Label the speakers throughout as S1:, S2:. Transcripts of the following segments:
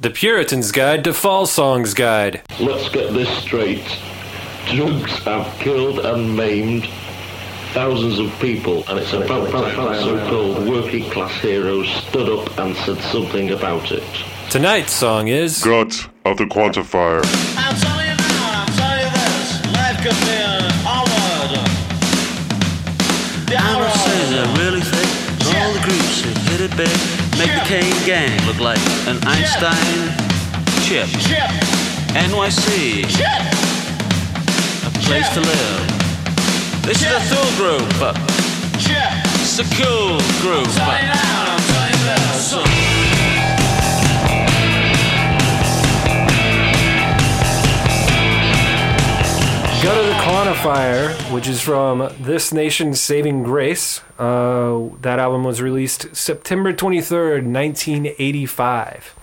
S1: The Puritan's Guide to Fall Songs Guide.
S2: Let's get this straight. Drugs have killed and maimed thousands of people, and it's about that so-called working class heroes stood up and said something about it.
S1: Tonight's song is
S3: Gut of the Quantifier.
S4: I'll tell you now, I'll tell you this. Life could be an hour. The hour.
S5: Hammer says I really think all the groups that hit it big make the Kane gang look like an Einstein chip.
S4: Chip,
S5: NYC,
S4: chip,
S5: a place to live. This is a cool group,
S4: chip.
S5: it's a cool group.
S4: Tell you now, I'll tell you this.
S1: Go to the Quantifier, which is from This Nation's Saving Grace. Uh, that album was released September 23rd, 1985.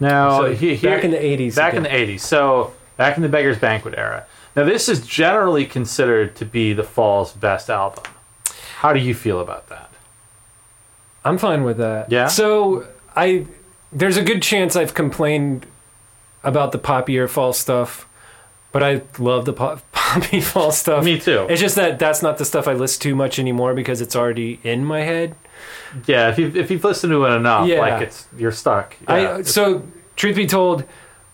S6: Now,
S1: So,
S6: he-
S1: back
S6: here-
S1: in the 80s
S6: Back in
S1: again.
S6: the 80s. So, back in the Beggar's Banquet era. Now, this is generally considered to be the Fall's best album. How do you feel about that?
S1: I'm fine with that.
S6: Yeah?
S1: So I there's a good chance I've complained about the poppy or fall stuff, but I love the pop, poppy fall stuff.
S6: Me too.
S1: It's just that that's not the stuff I listen to much anymore because it's already in my head.
S6: Yeah, if you've, if you've listened to it enough,
S1: Yeah.
S6: like it's you're stuck. Yeah.
S1: I uh, so truth be told,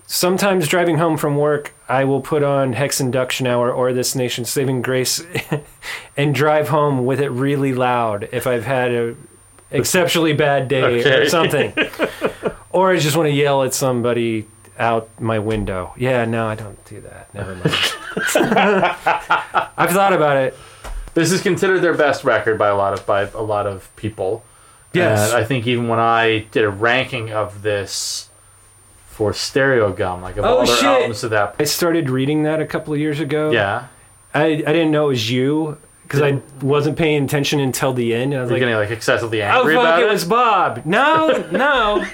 S1: sometimes driving home from work, I will put on Hex Induction Hour or This Nation's Saving Grace, and drive home with it really loud if I've had a exceptionally bad day or
S6: Okay.
S1: something, or I just want to yell at somebody out my window. Yeah, no, I don't do that. Never mind. I've thought about it.
S6: this is considered their best record by a lot of by a lot of people.
S1: Yes.
S6: And I think even when I did a ranking of this for Stereo Gum, like of
S1: Oh,
S6: all their
S1: shit.
S6: albums to that
S1: I started reading that a couple of years ago.
S6: yeah,
S1: I, I didn't know it was you because I wasn't paying attention until the end. And I was
S6: you're
S1: like,
S6: getting like excessively
S1: Oh
S6: angry
S1: fuck!
S6: about
S1: It
S6: it.
S1: was Bob. No, no,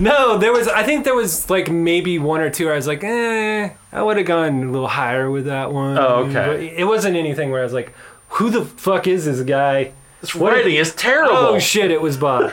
S1: no. There was. I think there was like maybe one or two. Where I was like, eh, I would have gone a little higher with that one.
S6: Oh, okay.
S1: But it wasn't anything where I was like, who the fuck is this guy?
S6: this rating is terrible.
S1: Oh shit! It was Bob.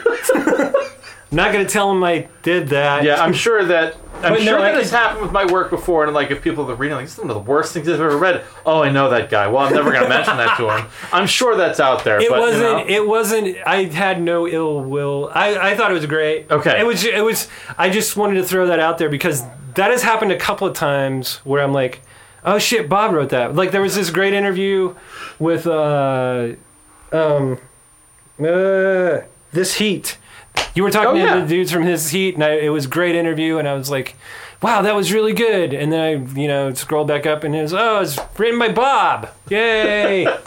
S1: Not gonna tell him I did that.
S6: Yeah, I'm sure that I'm
S1: But no,
S6: sure
S1: I-
S6: that has happened with my work before, and like if people are reading, like this is one of the worst things I've ever read. Oh, I know that guy. Well, I'm never gonna mention that to him. I'm sure that's out there.
S1: It
S6: but, you
S1: wasn't.
S6: know.
S1: It wasn't. I had no ill will. I, I thought it was great.
S6: Okay.
S1: It was. It was. I just wanted to throw that out there because that has happened a couple of times where I'm like, oh shit, Bob wrote that. Like there was this great interview with uh, um, uh, this heat. You were talking
S6: Oh, yeah.
S1: to the dudes from his heat, and I, it was a great interview. And I was like, "Wow, that was really good." And then I, you know, scrolled back up, and it was, "Oh, it's written by Bob! Yay!" then I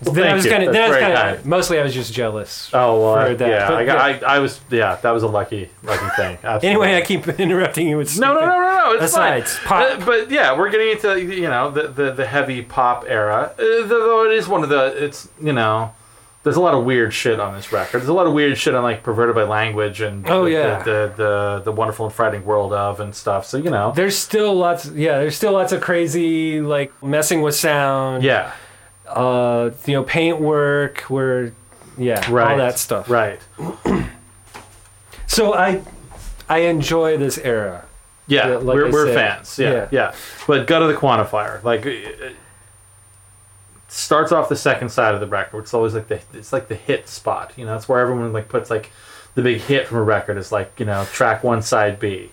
S6: thank
S1: was
S6: you.
S1: kind of, then I
S6: That's
S1: was
S6: very
S1: kind of,
S6: kind.
S1: mostly I was just jealous.
S6: Oh well, I-
S1: for that,
S6: yeah,
S1: but
S6: I, got, I, I was yeah, that was a lucky lucky thing. Absolutely.
S1: Anyway, I keep interrupting you with
S6: no, no, no, no, no, it's
S1: Besides,
S6: fine.
S1: pop.
S6: Uh, but yeah, we're getting into you know the the, the heavy pop era. Uh, though it is one of the it's you know there's a lot of weird shit on this record. There's a lot of weird shit on like perverted by language and
S1: Oh,
S6: the,
S1: yeah.
S6: the, the the the wonderful and frightening world of and stuff. So you know
S1: There's still lots, yeah. There's still lots of crazy, like messing with sound.
S6: yeah
S1: Uh, you know, paint work, where, yeah,
S6: right
S1: all that stuff.
S6: right
S1: So I, I enjoy this era.
S6: yeah,
S1: Yeah, like I
S6: we're, we're
S1: said.
S6: fans yeah,
S1: Yeah.
S6: yeah but go to the quantifier like it it starts off the second side of the record it's always like the it's like the hit spot you know it's where everyone like puts like the big hit from a record is like you know track one side b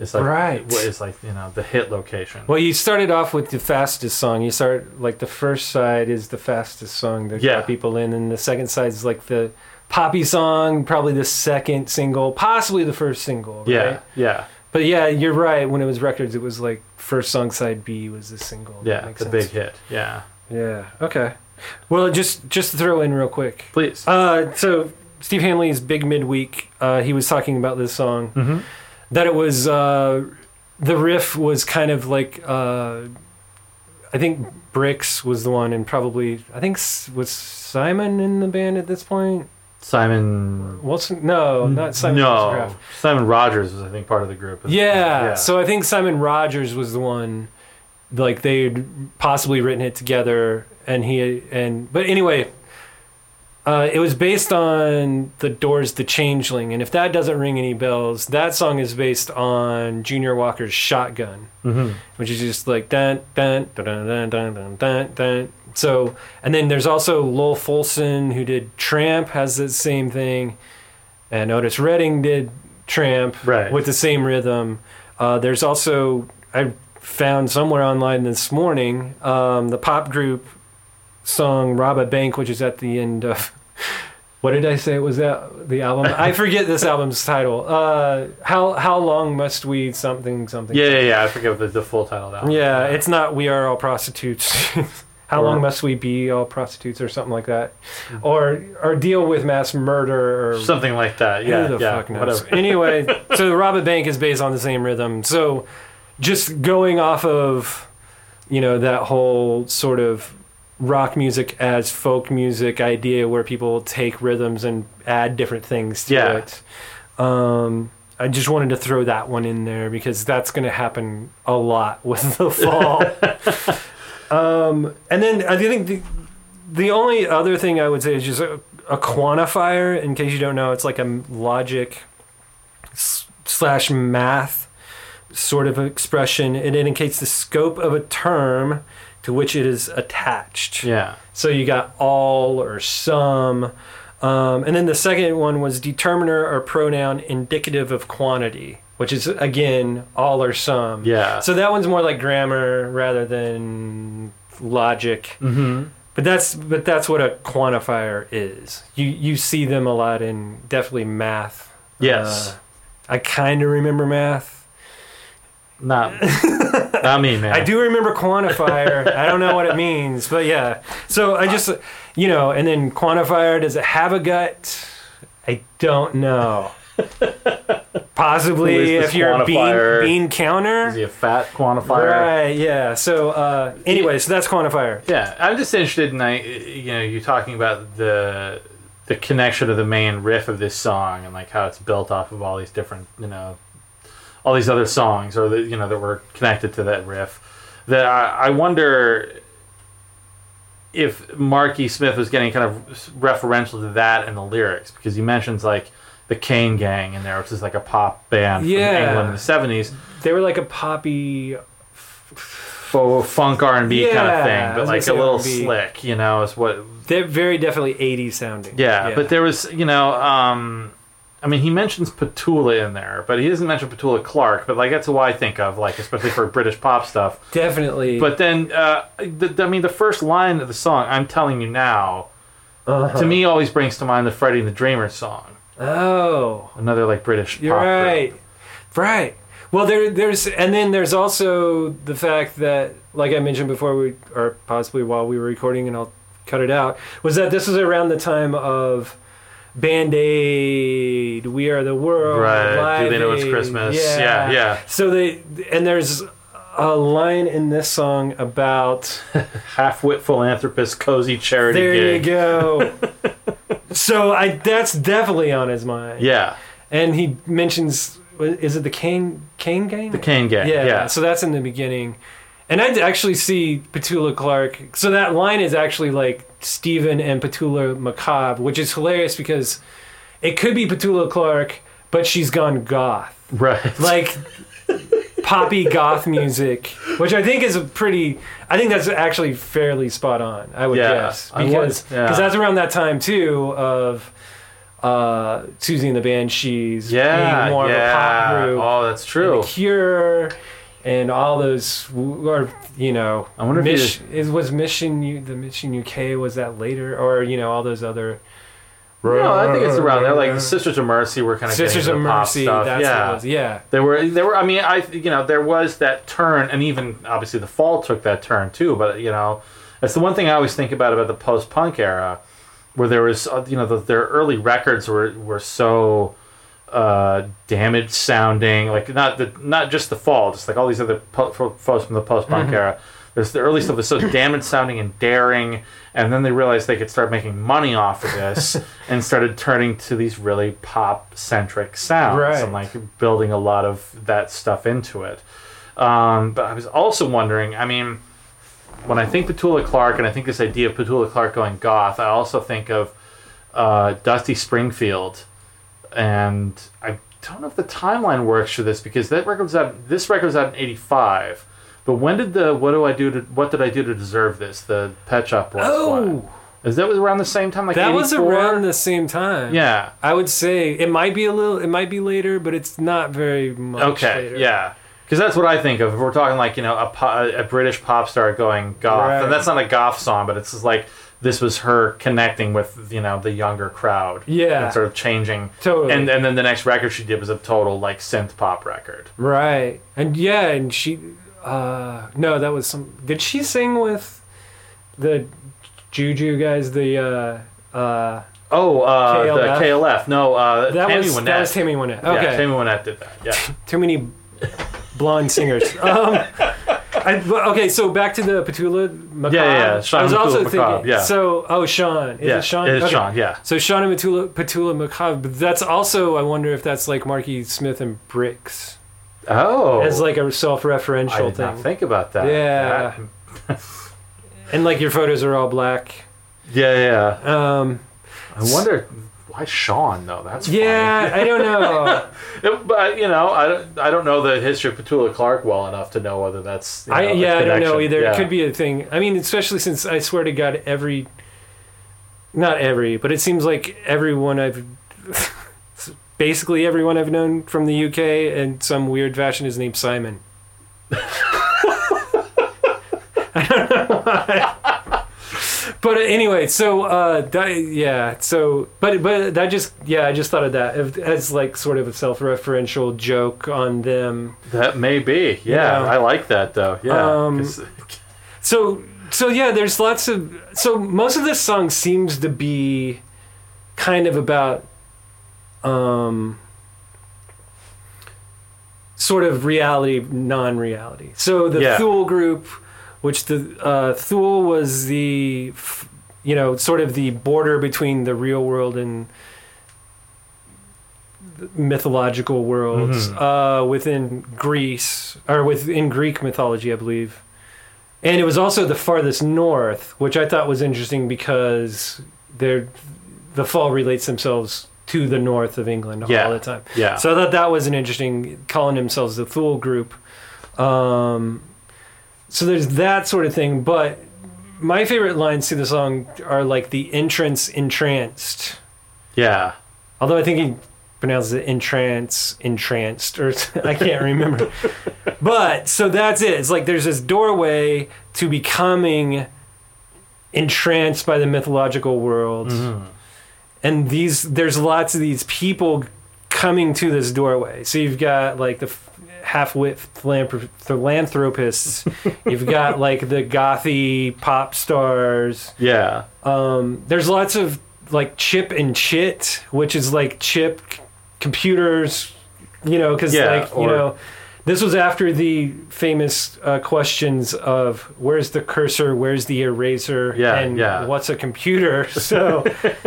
S6: it's like
S1: Right.
S6: what is like you know the hit location
S1: Well, you started off with the fastest song. You start like the first side is the fastest song that
S6: Yeah.
S1: got people in, and the second side is like the poppy song, probably the second single, possibly the first single. Right?
S6: yeah yeah
S1: But yeah, you're right. When it was records, it was like first song side B was the single. That
S6: yeah
S1: makes
S6: the
S1: sense.
S6: big hit yeah
S1: Yeah. Okay. Well, just just to throw in real quick.
S6: please
S1: Uh, so Steve Hanley's Big Midweek. Uh, he was talking about this song
S6: Mm-hmm.
S1: that it was uh, the riff was kind of like uh, I think Bricks was the one, and probably I think S- was Simon in the band at this point.
S6: simon
S1: Wilson? No, not Simon. Wilson
S6: no
S1: Graff.
S6: simon rogers was i think part of the group
S1: Yeah. So I think Simon Rogers was the one, like they would possibly written it together, and he and but anyway, Uh, it was based on the Doors' "The Changeling," and if that doesn't ring any bells, that song is based on Junior Walker's "Shotgun," which is just like dun dun dun dun dun dun dun dun. dun. So, and then there's also Lowell Fulson who did "Tramp" has the same thing, and Otis Redding did "Tramp"
S6: Right.
S1: with the same rhythm. Uh, there's also I found somewhere online this morning um, the pop group song "Rob a Bank," which is at the end of what did I say it was that the album? I forget this album's title. Uh, how how long must we something something?
S6: Yeah, yeah, yeah. I forget what the, the full title now.
S1: yeah. It's not "We Are All Prostitutes." how
S6: Or- Hmm.
S1: long must we be all prostitutes or something like that, or or deal with mass murder or
S6: something like that.
S1: who
S6: Yeah,
S1: the
S6: yeah,
S1: fuck knows?
S6: whatever.
S1: Anyway, so the Robin Bank is based on the same rhythm. So just going off of you know that whole sort of rock music as folk music idea where people take rhythms and add different things to
S6: Yeah.
S1: it. Um I just wanted to throw that one in there because that's going to happen a lot with the fall. um, and then I think the, the only other thing I would say is just a, a quantifier. In case you don't know, it's like a m- logic s- slash math sort of expression. It indicates the scope of a term to which it is attached.
S6: Yeah,
S1: So you got all or some. Um, and then the second one was determiner or pronoun indicative of quantity, which is again all or some.
S6: yeah.
S1: So that one's more like grammar rather than logic.
S6: Mhm.
S1: But that's but that's what a quantifier is. You you see them a lot in definitely math.
S6: Yes.
S1: Uh, I kind of remember math.
S6: not, not me, man.
S1: I do remember quantifier. I don't know what it means, but yeah. So I just you know, and then quantifier does it have a gut? I don't know.
S6: Who
S1: Possibly
S6: is this
S1: if you're
S6: quantifier?
S1: a bean, bean counter.
S6: Is he a fat quantifier?
S1: Right, yeah. So uh anyway, so that's quantifier.
S6: Yeah, I'm just interested in I, you know, you talking about the the connection of the main riff of this song and like how it's built off of all these different, you know, all these other songs or the, you know that were connected to that riff. That I, I wonder if Marky Smith was getting kind of referential to that in the lyrics because he mentions like the Kane Gang in there, which is like a pop band
S1: Yeah.
S6: from England in the '70s,
S1: They were like a poppy
S6: faux funk R&B kind
S1: Yeah,
S6: of
S1: I
S6: thing, but
S1: was
S6: like a
S1: gonna
S6: little
S1: say R&B.
S6: slick, you know, is what
S1: They're very definitely 80s sounding.
S6: Yeah, but there was, you know, um, I mean, he mentions Petula in there, but he doesn't mention Petula Clark. But like, that's who I think of, like, especially for British pop stuff.
S1: definitely.
S6: But then, uh, the, I mean, the first line of the song, "I'm telling you now,"
S1: uh-huh.
S6: to me always brings to mind the Freddie and the Dreamers song,
S1: oh,
S6: another like British.
S1: you're
S6: pop group.
S1: right. Right. Well, there, there's, and then there's also the fact that, like I mentioned before, we, or possibly while we were recording, and I'll cut it out, was that this was around the time of Band Aid, We Are the World,
S6: Right. Do They
S1: Live
S6: Know It's
S1: Aid.
S6: Christmas? Yeah, yeah.
S1: So they, and there's a line in this song about.
S6: Half-wit philanthropist, cozy charity
S1: There
S6: gig.
S1: you go. so I that's definitely on his mind.
S6: Yeah,
S1: And he mentions is it the Kane Kane gang?
S6: the Kane Gang.
S1: Yeah.
S6: Yeah,
S1: So that's in the beginning. And I actually see Petula Clark. So that line is actually like Stephen and Petula Macabre, which is hilarious because it could be Petula Clark, but she's gone goth
S6: right.
S1: like poppy goth music, which I think is a pretty. I think that's actually fairly spot on. I would
S6: Yeah,
S1: guess
S6: I would,
S1: because
S6: yeah.
S1: because that's around that time too of uh, Susie and the Banshees
S6: yeah,
S1: being more
S6: yeah.
S1: of a pop group,
S6: Oh, that's
S1: and
S6: true.
S1: the Cure. And all those, or you know,
S6: I wonder if
S1: Mich- is was Mission U, the Mission UK was that later, or you know, all those other.
S6: No, I think it's around there. Like the Sisters of Mercy were kind of
S1: Sisters of Mercy.
S6: Pop stuff.
S1: That's
S6: yeah.
S1: what it was. Yeah,
S6: There were there were I mean I you know there was that turn and even obviously the fall took that turn too but you know that's the one thing I always think about about the post punk era where there was uh, you know the, their early records were were so uh damaged sounding like not the not just the fall just like all these other po- fo- folks from the post punk era there's the early stuff was so damaged sounding and daring and then they realized they could start making money off of this and started turning to these really pop centric sounds
S1: Right.
S6: and like building a lot of that stuff into it um but i was also wondering i mean when I think Petula Clark and I think this idea of Petula Clark going goth, I also think of uh, Dusty Springfield, and I don't know if the timeline works for this because that record was out. This record was out in '85. But when did the what do I do to what did I do to deserve this? The Pet Shop Boys. one.
S1: Oh,
S6: is that was around the same time? Like
S1: that was
S6: 84?
S1: around the same time.
S6: Yeah.
S1: I would say it might be a little, it might be later, but it's not very much
S6: Okay.
S1: later.
S6: Yeah. Because that's what I think of. If we're talking like you know a, po- a British pop star going goth,
S1: Right.
S6: and that's not a goth song, but it's just like this was her connecting with you know the younger crowd.
S1: Yeah.
S6: And sort of changing.
S1: Totally.
S6: And and then the next record she did was a total like synth pop record.
S1: Right. And yeah, and she, uh, no, that was some, did she sing with the Juju guys, the, uh, uh,
S6: Oh, uh,
S1: KLF?
S6: the KLF. No, uh,
S1: that
S6: Tammy
S1: was,
S6: Wynette.
S1: that was Tammy Wynette. Okay.
S6: Yeah, Tammy Wynette did that. Yeah.
S1: Too many blonde singers. Um, I, but- okay, so back to the Petula Macabre.
S6: Yeah, yeah, yeah. Sean
S1: I was
S6: Petula
S1: also
S6: Macabre,
S1: thinking.
S6: yeah.
S1: So, oh, Sean. Is
S6: yeah.
S1: it Sean?
S6: It is
S1: Okay.
S6: Sean. Yeah.
S1: So Sean and Petula, Petula Macabre. But that's also, I wonder if that's like Marky Smith and Bricks
S6: Oh.
S1: as like a self-referential
S6: I did
S1: thing.
S6: not think about that.
S1: Yeah.
S6: That-
S1: And like your photos are all black.
S6: yeah, yeah.
S1: Um,
S6: I wonder why Sean though. That's
S1: yeah, I don't know.
S6: Funny. It- but you know, I don't, I don't know the history of Petula Clark well enough to know whether that's. You know,
S1: I yeah,
S6: a
S1: I don't know
S6: connection.
S1: either.
S6: Yeah.
S1: It could be a thing. I mean, especially since I swear to God, every not every, but it seems like everyone I've basically everyone I've known from the UK in some weird fashion is named Simon. I don't know why. But anyway, so uh, that, yeah, so but but that just yeah, I just thought of that as- as like sort of a self-referential joke on them
S6: That may be. Yeah,
S1: Yeah.
S6: I like that though. Yeah.
S1: Um,
S6: 'cause-
S1: So so yeah, there's lots of so most of this song seems to be kind of about um sort of reality non-reality. So the
S6: Yeah.
S1: Thule group which the uh Thule was the f- you know sort of the border between the real world and the mythological worlds
S6: Mm-hmm.
S1: uh within Greece or within Greek mythology I believe. And it was also the farthest north, which I thought was interesting because they're, the fall relates themselves to the north of England
S6: Yeah.
S1: all the time.
S6: yeah.
S1: So I thought that was an interesting calling themselves the Thule Group. Um, so there's that sort of thing, but my favorite lines to the song are like the entrance entranced.
S6: yeah.
S1: Although I think he pronounces it entrance, entranced, or I can't remember. but so that's it. It's like there's this doorway to becoming entranced by the mythological world. And these there's lots of these people coming to this doorway. So you've got like the f- half-wit philanthrop- philanthropists. you've got like the gothy pop stars
S6: Yeah.
S1: um, there's lots of like chip and chit, which is like chip c- computers, you know, because
S6: Yeah,
S1: like
S6: or-
S1: you know, this was after the famous uh, questions of where's the cursor, where's the eraser,
S6: Yeah,
S1: and
S6: yeah.
S1: what's a computer. So,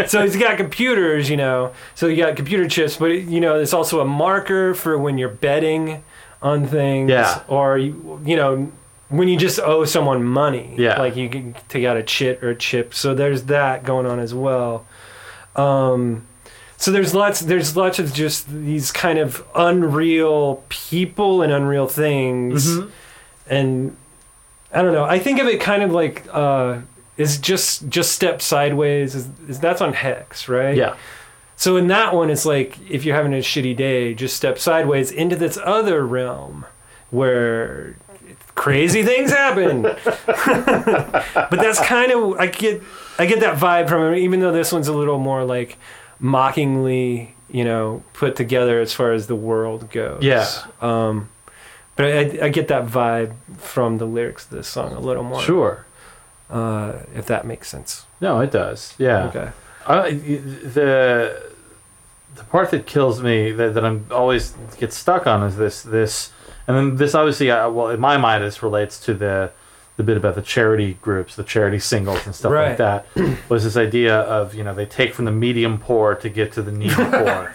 S1: so he's got computers, you know. So you got computer chips, but you know, there's also a marker for when you're betting on things,
S6: Yeah.
S1: or you, you know. When you just owe someone money,
S6: Yeah.
S1: like you can take out a chit or a chip. So there's that going on as well. Um, so there's lots there's lots of just these kind of unreal people and unreal things,
S6: Mm-hmm.
S1: and I don't know. I think of it kind of like uh, is just just step sideways. Is, is that's on Hex, right?
S6: Yeah.
S1: So in that one, it's like if you're having a shitty day, just step sideways into this other realm where crazy things happen. but that's kind of I get I get that vibe from it, even though this one's a little more like mockingly, you know, put together as far as the world goes.
S6: Yeah.
S1: Um, but I, I get that vibe from the lyrics of this song a little more.
S6: Sure.
S1: Uh, if that makes sense.
S6: No, it does. Yeah.
S1: Okay.
S6: I, the the part that kills me that, that I'm always get stuck on is this this and then this obviously uh, well in my mind this relates to the the bit about the charity groups the charity singles and stuff
S1: Right.
S6: like that was this idea of you know they take from the medium poor to get to the needy poor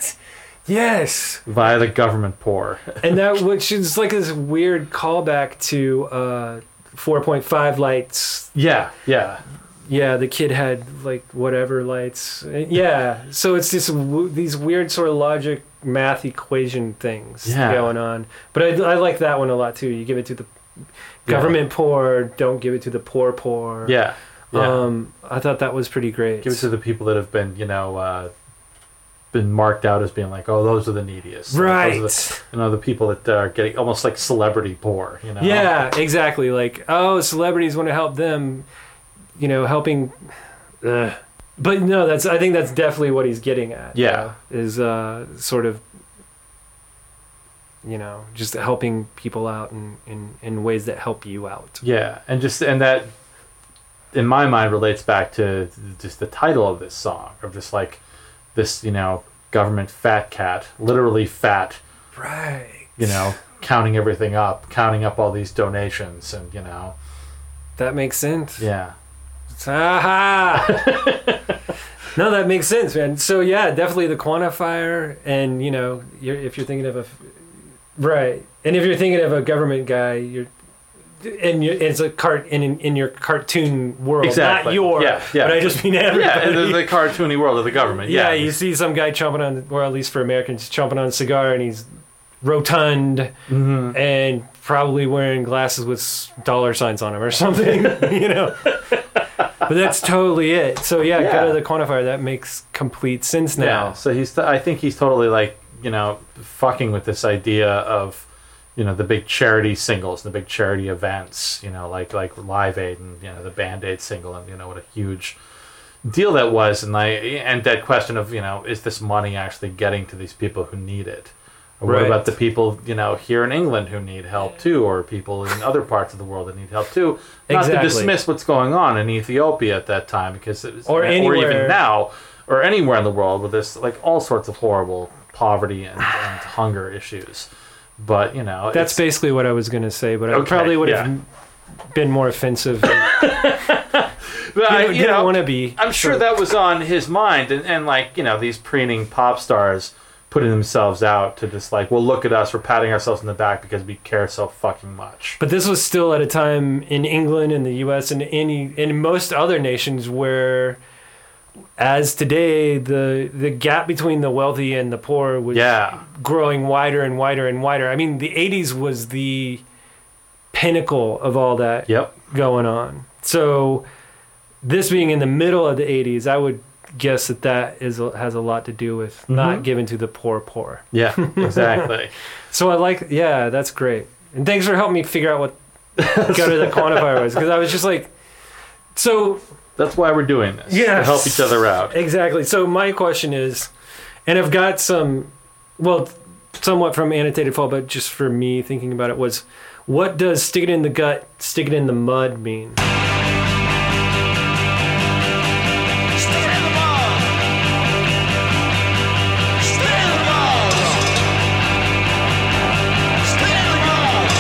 S1: Yes.
S6: via the government poor
S1: and that which is like this weird callback to uh 4.5 lights
S6: yeah yeah
S1: yeah, the kid had like whatever lights. Yeah, so it's this w- these weird sort of logic math equation things
S6: Yeah.
S1: going on. But I, I like that one a lot too. You give it to the government poor, don't give it to the poor poor.
S6: Yeah. Yeah.
S1: Um, I thought that was pretty great.
S6: Give it to the people that have been, you know, uh, been marked out as being like, oh, those are the neediest. Like, those are
S1: Right.
S6: the, you know, the people that are getting almost like celebrity poor, you know?
S1: yeah, exactly. Like, oh, celebrities want to help them, you know, helping. Ugh. But no, that's I think that's definitely what he's getting at.
S6: Yeah.
S1: is uh, sort of, you know, just helping people out in, in, in ways that help you out.
S6: Yeah. And just, and that, in my mind, relates back to just the title of this song, of just like this, you know, government fat cat, literally fat,
S1: Right.
S6: you know, counting everything up, counting up all these donations and, you know,
S1: That makes sense.
S6: yeah.
S1: Aha! no, that makes sense, man. So yeah, definitely the quantifier, and you know, you're, if you're thinking of a right, and if you're thinking of a government guy, you're and you it's a cart in in your cartoon world,
S6: Exactly.
S1: not your.
S6: Yeah, yeah.
S1: But I just mean
S6: Yeah,
S1: everybody.
S6: the, the cartoony world of the government.
S1: yeah,
S6: Yeah,
S1: you see some guy chomping on, or at least for Americans, chomping on a cigar, and he's rotund
S6: Mm-hmm.
S1: and probably wearing glasses with s- dollar signs on him or something, you know. But that's totally it. So yeah,
S6: Yeah.
S1: go to the quantifier. That makes complete sense
S6: Yeah.
S1: now.
S6: So he's. I think he's totally like you know fucking with this idea of you know the big charity singles and the big charity events. You know, like like Live Aid and you know the Band Aid single and you know what a huge deal that was and I and that question of you know is this money actually getting to these people who need it. Or what
S1: Right.
S6: about the people you know here in England who need help too, or people in other parts of the world that need help too? Not
S1: Exactly.
S6: to dismiss what's going on in Ethiopia at that time, because it was,
S1: Or anywhere.
S6: even now, or anywhere in the world with this like all sorts of horrible poverty and, and hunger issues. But you know,
S1: That's
S6: it's-
S1: basically what I was gonna say, but I
S6: Okay,
S1: probably would have
S6: yeah.
S1: been more offensive.
S6: but I-
S1: I
S6: uh, you know,
S1: didn't want to be.
S6: I'm sure
S1: So-
S6: that was on his mind, and, and like you know, these preening pop stars putting themselves out to this like, well, look at us, we're patting ourselves in the back because we care so fucking much.
S1: But this was still at a time in England and the U.S. and any in most other nations where, as today, the the gap between the wealthy and the poor was
S6: Yeah,
S1: growing wider and wider and wider. I mean, the '80s was the pinnacle of all that
S6: yep.
S1: going on. So, this being in the middle of the '80s, I would guess that that is has a lot to do with not giving to the poor poor.
S6: Yeah, exactly.
S1: So I like, yeah, that's great. And thanks for helping me figure out what go to the quantifier was because I was just like, so
S6: That's why we're doing this.
S1: Yeah.
S6: to help each other out.
S1: exactly. So my question is, and I've got some, well, somewhat from annotated fall, but just for me thinking about it was, what does stick it in the gut, stick it in the mud mean?
S4: Stick in the mud. Stick in the mud. Stick in the mud. Stick in the mud.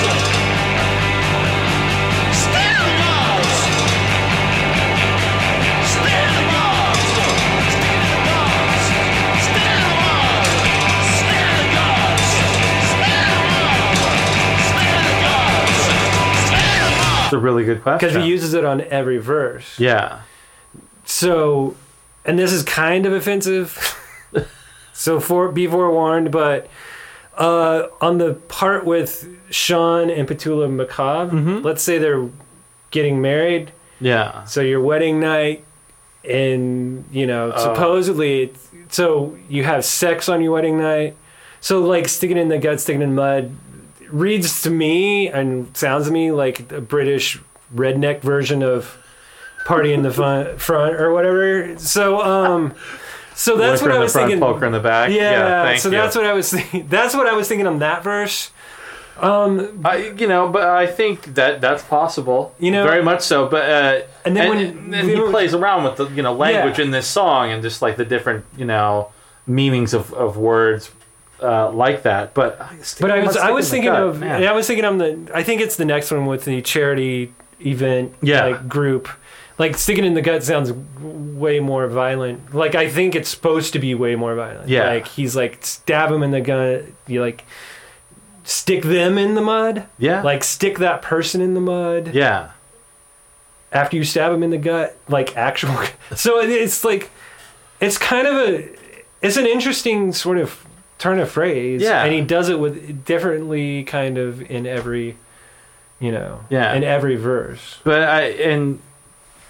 S4: Stick in the mud. Stick in the mud. Stick in the mud. Stick in the guts. Stick in the mud. Stick in the guts. Stick in the mud.
S6: It's a really good question.
S1: Because he uses it on every verse.
S6: yeah.
S1: So, and this is kind of offensive. so for be forewarned, but uh, on the part with Sean and Petula McCabe, let's say they're getting married.
S6: Yeah.
S1: So your wedding night, and you know,
S6: Oh.
S1: supposedly, it's, so you have sex on your wedding night. So like sticking in the gut, sticking in mud, reads to me and sounds to me like a British redneck version of party in the fun, front or whatever. So um, so that's what
S6: Liquor in
S1: I
S6: the
S1: was
S6: front,
S1: thinking.
S6: Poker in the back.
S1: Yeah,
S6: thank
S1: so
S6: you.
S1: that's what I was thinking. That's what I was thinking on that verse.
S6: I, you know, but I think that that's possible.
S1: You know-
S6: very much so. But uh,
S1: And then when-
S6: and he plays around with the you know language
S1: Yeah.
S6: in this song and just like the different you know meanings of of words uh, like that. But
S1: But I was I was thinking of
S6: man.
S1: I was thinking on the I think it's the next one with the charity event
S6: Yeah.
S1: like group. Like sticking in the gut sounds w- way more violent. Like I think it's supposed to be way more violent.
S6: Yeah.
S1: Like he's like stab him in the gut. You like stick them in the mud.
S6: yeah
S1: Like stick that person in the mud.
S6: yeah
S1: after you stab him in the gut, like actual. So it, it's like, it's kind of a, it's an interesting sort of turn of phrase.
S6: Yeah.
S1: And he does it with differently, kind of in every, you know,
S6: Yeah.
S1: in every verse.
S6: But I and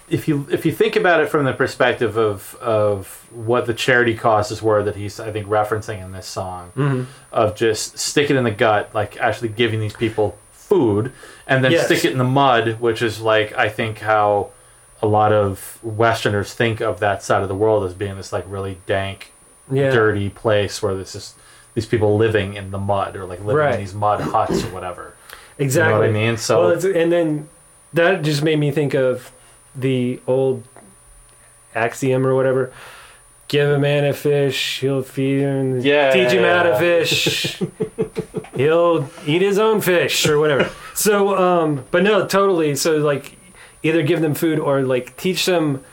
S6: if you if you think about it from the perspective of of what the charity causes were that he's I think referencing in this song
S1: Mm-hmm.
S6: of just stick it in the gut, like actually giving these people food, and then
S1: Yes.
S6: stick it in the mud, which is like I think how a lot of Westerners think of that side of the world as being this like really dank,
S1: Yeah.
S6: dirty place where this is these people living in the mud or like living
S1: Right.
S6: in these mud huts or whatever.
S1: Exactly.
S6: I mean? So-
S1: well, it's, and then that just made me think of the old axiom or whatever. Give a man a fish, he'll feed him.
S6: Yeah.
S1: Teach him how to fish. he'll eat his own fish or whatever. So, um, but no, totally. So like, either give them food or like teach them,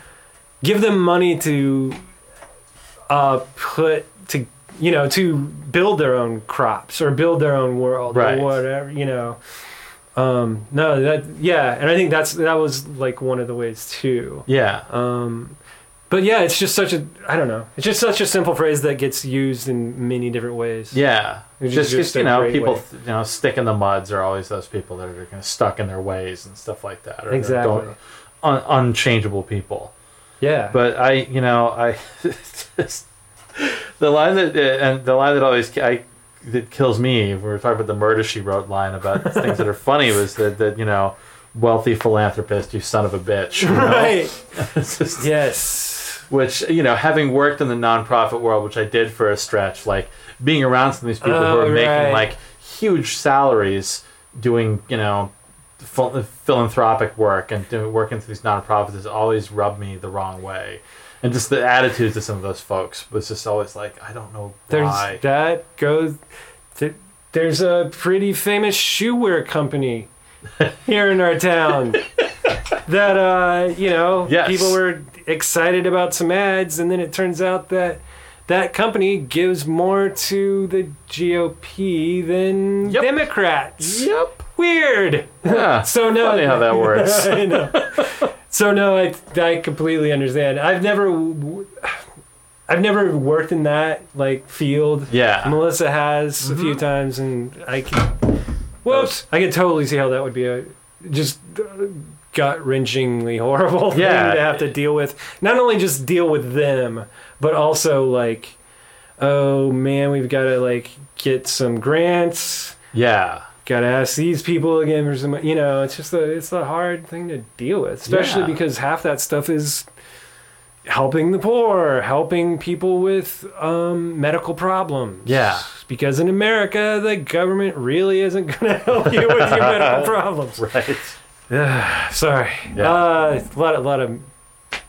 S1: give them money to, uh, put to you know to build their own crops or build their own world
S6: Right.
S1: or whatever you know. Um, no, that yeah, and I think that's that was like one of the ways too.
S6: Yeah.
S1: Um, but yeah, it's just such a I don't know. It's just such a simple phrase that gets used in many different ways.
S6: Yeah,
S1: Which is
S6: just
S1: just
S6: because you
S1: a
S6: know
S1: great
S6: people,
S1: way.
S6: th- you know, stick in the muds are always those people that are kind of stuck in their ways and stuff like that. Or they're
S1: Exactly.
S6: don't- un- unchangeable people.
S1: Yeah.
S6: But I, you know, I just, the line that and the line that always ki- I that kills me when we we're talking about the murder she wrote line about things that are funny was that that you know wealthy philanthropist you son of a bitch you know?
S1: right.
S6: It's just-
S1: yes.
S6: which you know having worked in the nonprofit world which i did for a stretch like being around some of these people who
S1: Oh,
S6: are making
S1: right.
S6: like huge salaries doing you know phil- philanthropic work and doing, working through these nonprofits has always rubbed me the wrong way and just the attitudes of some of those folks was just always like i don't know
S1: There's
S6: why
S1: that goes. th- there's a pretty famous shoe wear company here in our town that uh, you know
S6: Yes.
S1: people were excited about some ads, and then it turns out that that company gives more to the GOP than
S6: Yep.
S1: Democrats.
S6: yep
S1: Weird.
S6: yeah.
S1: So no,
S6: funny how that works
S1: I know. So no, I I completely understand. I've never w- I've never worked in that like field.
S6: Yeah. Mm-hmm.
S1: Melissa has a few times, and I can. Whoops! I can totally see how that would be a just gut wrenchingly horrible thing
S6: Yeah.
S1: to have to deal with. Not only just deal with them, but also like, oh man, we've got to like get some grants
S6: yeah
S1: gotta ask these people again for some you know it's just a it's a hard thing to deal with especially
S6: Yeah.
S1: because half that stuff is helping the poor helping people with um, medical problems
S6: Yeah.
S1: because in america the government really isn't gonna help you with your medical problems
S6: right
S1: sorry
S6: Yeah.
S1: uh, a lot, a lot of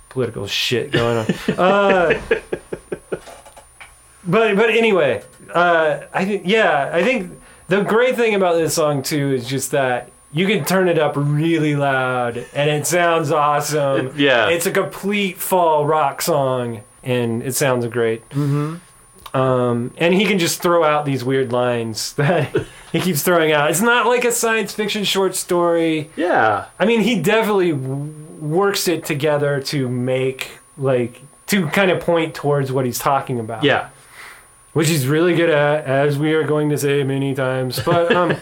S1: political shit going on uh, but but anyway uh, i think yeah i think the great thing about this song too is just that you can turn it up really loud and it sounds awesome
S6: Yeah.
S1: it's a complete fall rock song and it sounds great mm-hmm. um, and he can just throw out these weird lines that he keeps throwing out it's not like a science fiction short story
S6: yeah
S1: I mean, he definitely w- works it together to make like to kind of point towards what he's talking about.
S6: yeah
S1: which he's really good at, as we are going to say many times. But um,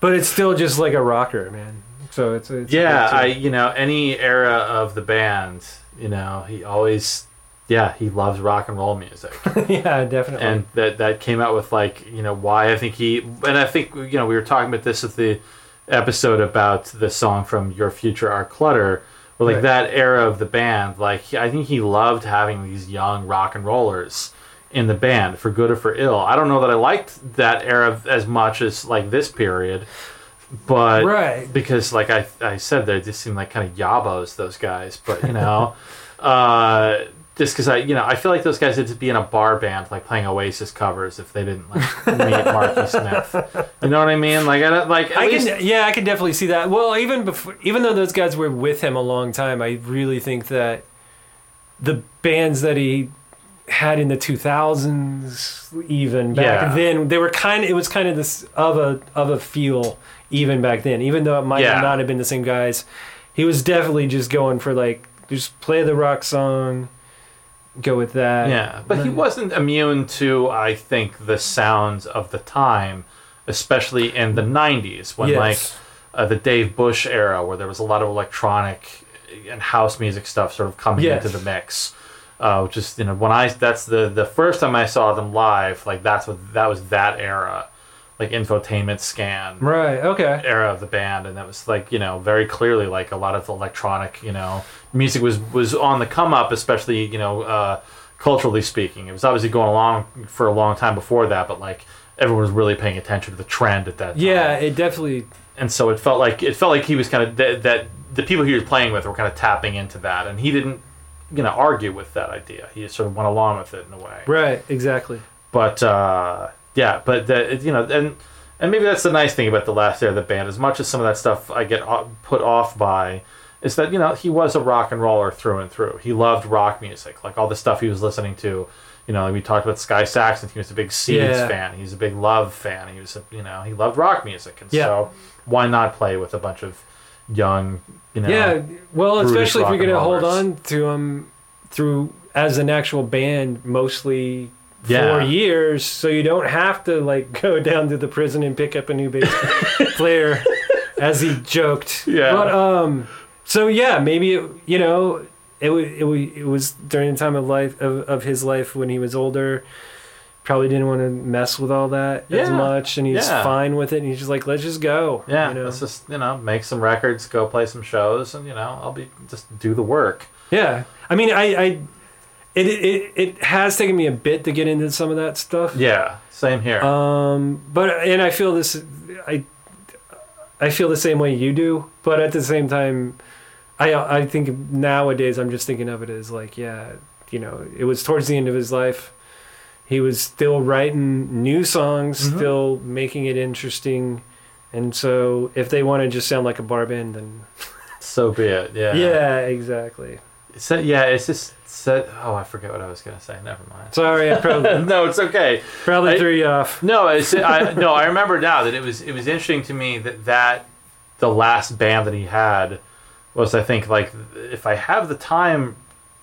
S1: but it's still just like a rocker, man. So it's, it's
S6: yeah
S1: it's-
S6: i you know any era of the band you know he always yeah he loves rock and roll music
S1: yeah, definitely.
S6: and that that came out with like you know why i think he and i think you know we were talking about this at the episode about the song from your future our clutter but like
S1: Right.
S6: that era of the band like i think he loved having these young rock and rollers in the band for good or for ill i don't know that i liked that era as much as like this period but
S1: Right.
S6: because like I, I said they just seem like kind of yabos those guys but you know uh just because i you know i feel like those guys had to be in a bar band like playing oasis covers if they didn't like meet marky smith you know what i mean like i don't like at
S1: I
S6: least,
S1: can, yeah, I can definitely see that. Well, even before, even though those guys were with him a long time, I really think that the bands that he had in the 2000s, even back
S6: Yeah.
S1: then, they were kind of it was kind of this of a of a feel even back then. Even though it might
S6: Yeah.
S1: not have been the same guys, He was definitely just going for like just play the rock song, go with that.
S6: Yeah, but he wasn't immune to, I think, the sounds of the time, especially in the '90s when,
S1: Yes.
S6: like, uh, the Dave Bush era, where there was a lot of electronic and house music stuff sort of coming
S1: Yes.
S6: into the mix. Uh, which is, you know, when I that's the the first time I saw them live, like that's what that was that era, like infotainment scan
S1: Right. Okay.
S6: era of the band and that was like you know very clearly like a lot of electronic you know music was was on the come up especially you know uh culturally speaking it was obviously going along for a long time before that but like everyone was really paying attention to the trend at that time
S1: Yeah, it definitely
S6: and so it felt like it felt like he was kind of that, that the people he was playing with were kind of tapping into that and he didn't you know argue with that idea he just sort of went along with it in a way
S1: right, exactly.
S6: but uh, yeah, but the, you know, and and maybe that's the nice thing about the last era of the band. As much as some of that stuff I get o- put off by, is that you know he was a rock and roller through and through. He loved rock music, like all the stuff he was listening to. You know, we talked about Sky Saxon. He was a big Seeds
S1: Yeah.
S6: fan. He was a big Love fan. He was, a, you know, he loved rock music, and
S1: Yeah.
S6: so why not play with a bunch of young, you know,
S1: Yeah, well,
S6: Brutus
S1: especially if
S6: rock
S1: you're
S6: and
S1: gonna hold
S6: rollers.
S1: on to him through as an actual band mostly
S6: Yeah.
S1: for years, so you don't have to like go down to the prison and pick up a new bass player, as he joked.
S6: Yeah.
S1: But um, so yeah, maybe it, you know it wa- it wa- it was during the time of life of, of his life when he was older. Probably didn't want to mess with all that as
S6: Yeah.
S1: much, and he's
S6: Yeah.
S1: fine with it. And he's just like, let's just go.
S6: Yeah,
S1: you know?
S6: let's just you know make some records, go play some shows, and you know I'll be just do the work.
S1: Yeah, I mean, I, I it, it it has taken me a bit to get into some of that stuff.
S6: Yeah, same here.
S1: Um, but and I feel this, I I feel the same way you do. But at the same time, I I think nowadays I'm just thinking of it as like, yeah, you know, it was towards the end of his life. He was still writing new songs,
S6: Mm-hmm.
S1: still making it interesting. And so, if they want to just sound like a bar band, then
S6: so be it. Yeah.
S1: yeah, exactly.
S6: So, yeah, it's just so, oh, I forget what I was gonna say. Never mind.
S1: Sorry, I probably
S6: no, it's okay.
S1: probably
S6: I-
S1: threw you off.
S6: No, it's I no, I remember now that it was it was interesting to me that that the last band that he had was I think like if I have the time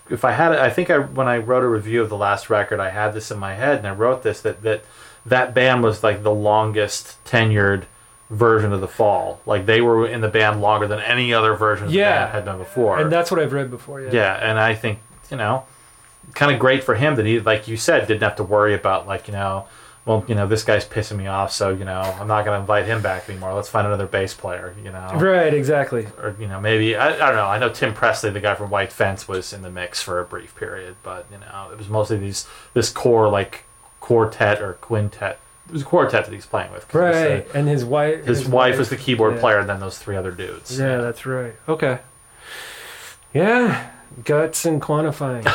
S6: if I had it I think I when I wrote a review of the last record I had this in my head and I wrote this that that that band was like the longest tenured version of the fall like they were in the band longer than any other version of
S1: Yeah.
S6: the band had done before
S1: And that's what I've read before. Yeah.
S6: Yeah, and I think you know, kind of great for him that he, like you said, didn't have to worry about like you know, well you know this guy's pissing me off, so you know I'm not gonna invite him back anymore. Let's find another bass player, you know,
S1: Right. Exactly.
S6: or you know maybe I, I don't know. I know Tim Presley, the guy from White Fence, was in the mix for a brief period, but you know it was mostly these this core like quartet or quintet. It was a quartet that he's playing with. 'cause it was, uh,
S1: Right. And his wife.
S6: his, wife was the keyboard
S1: yeah.
S6: player, and then those three other dudes.
S1: Yeah, that's right. Okay. Yeah, guts and quantifying.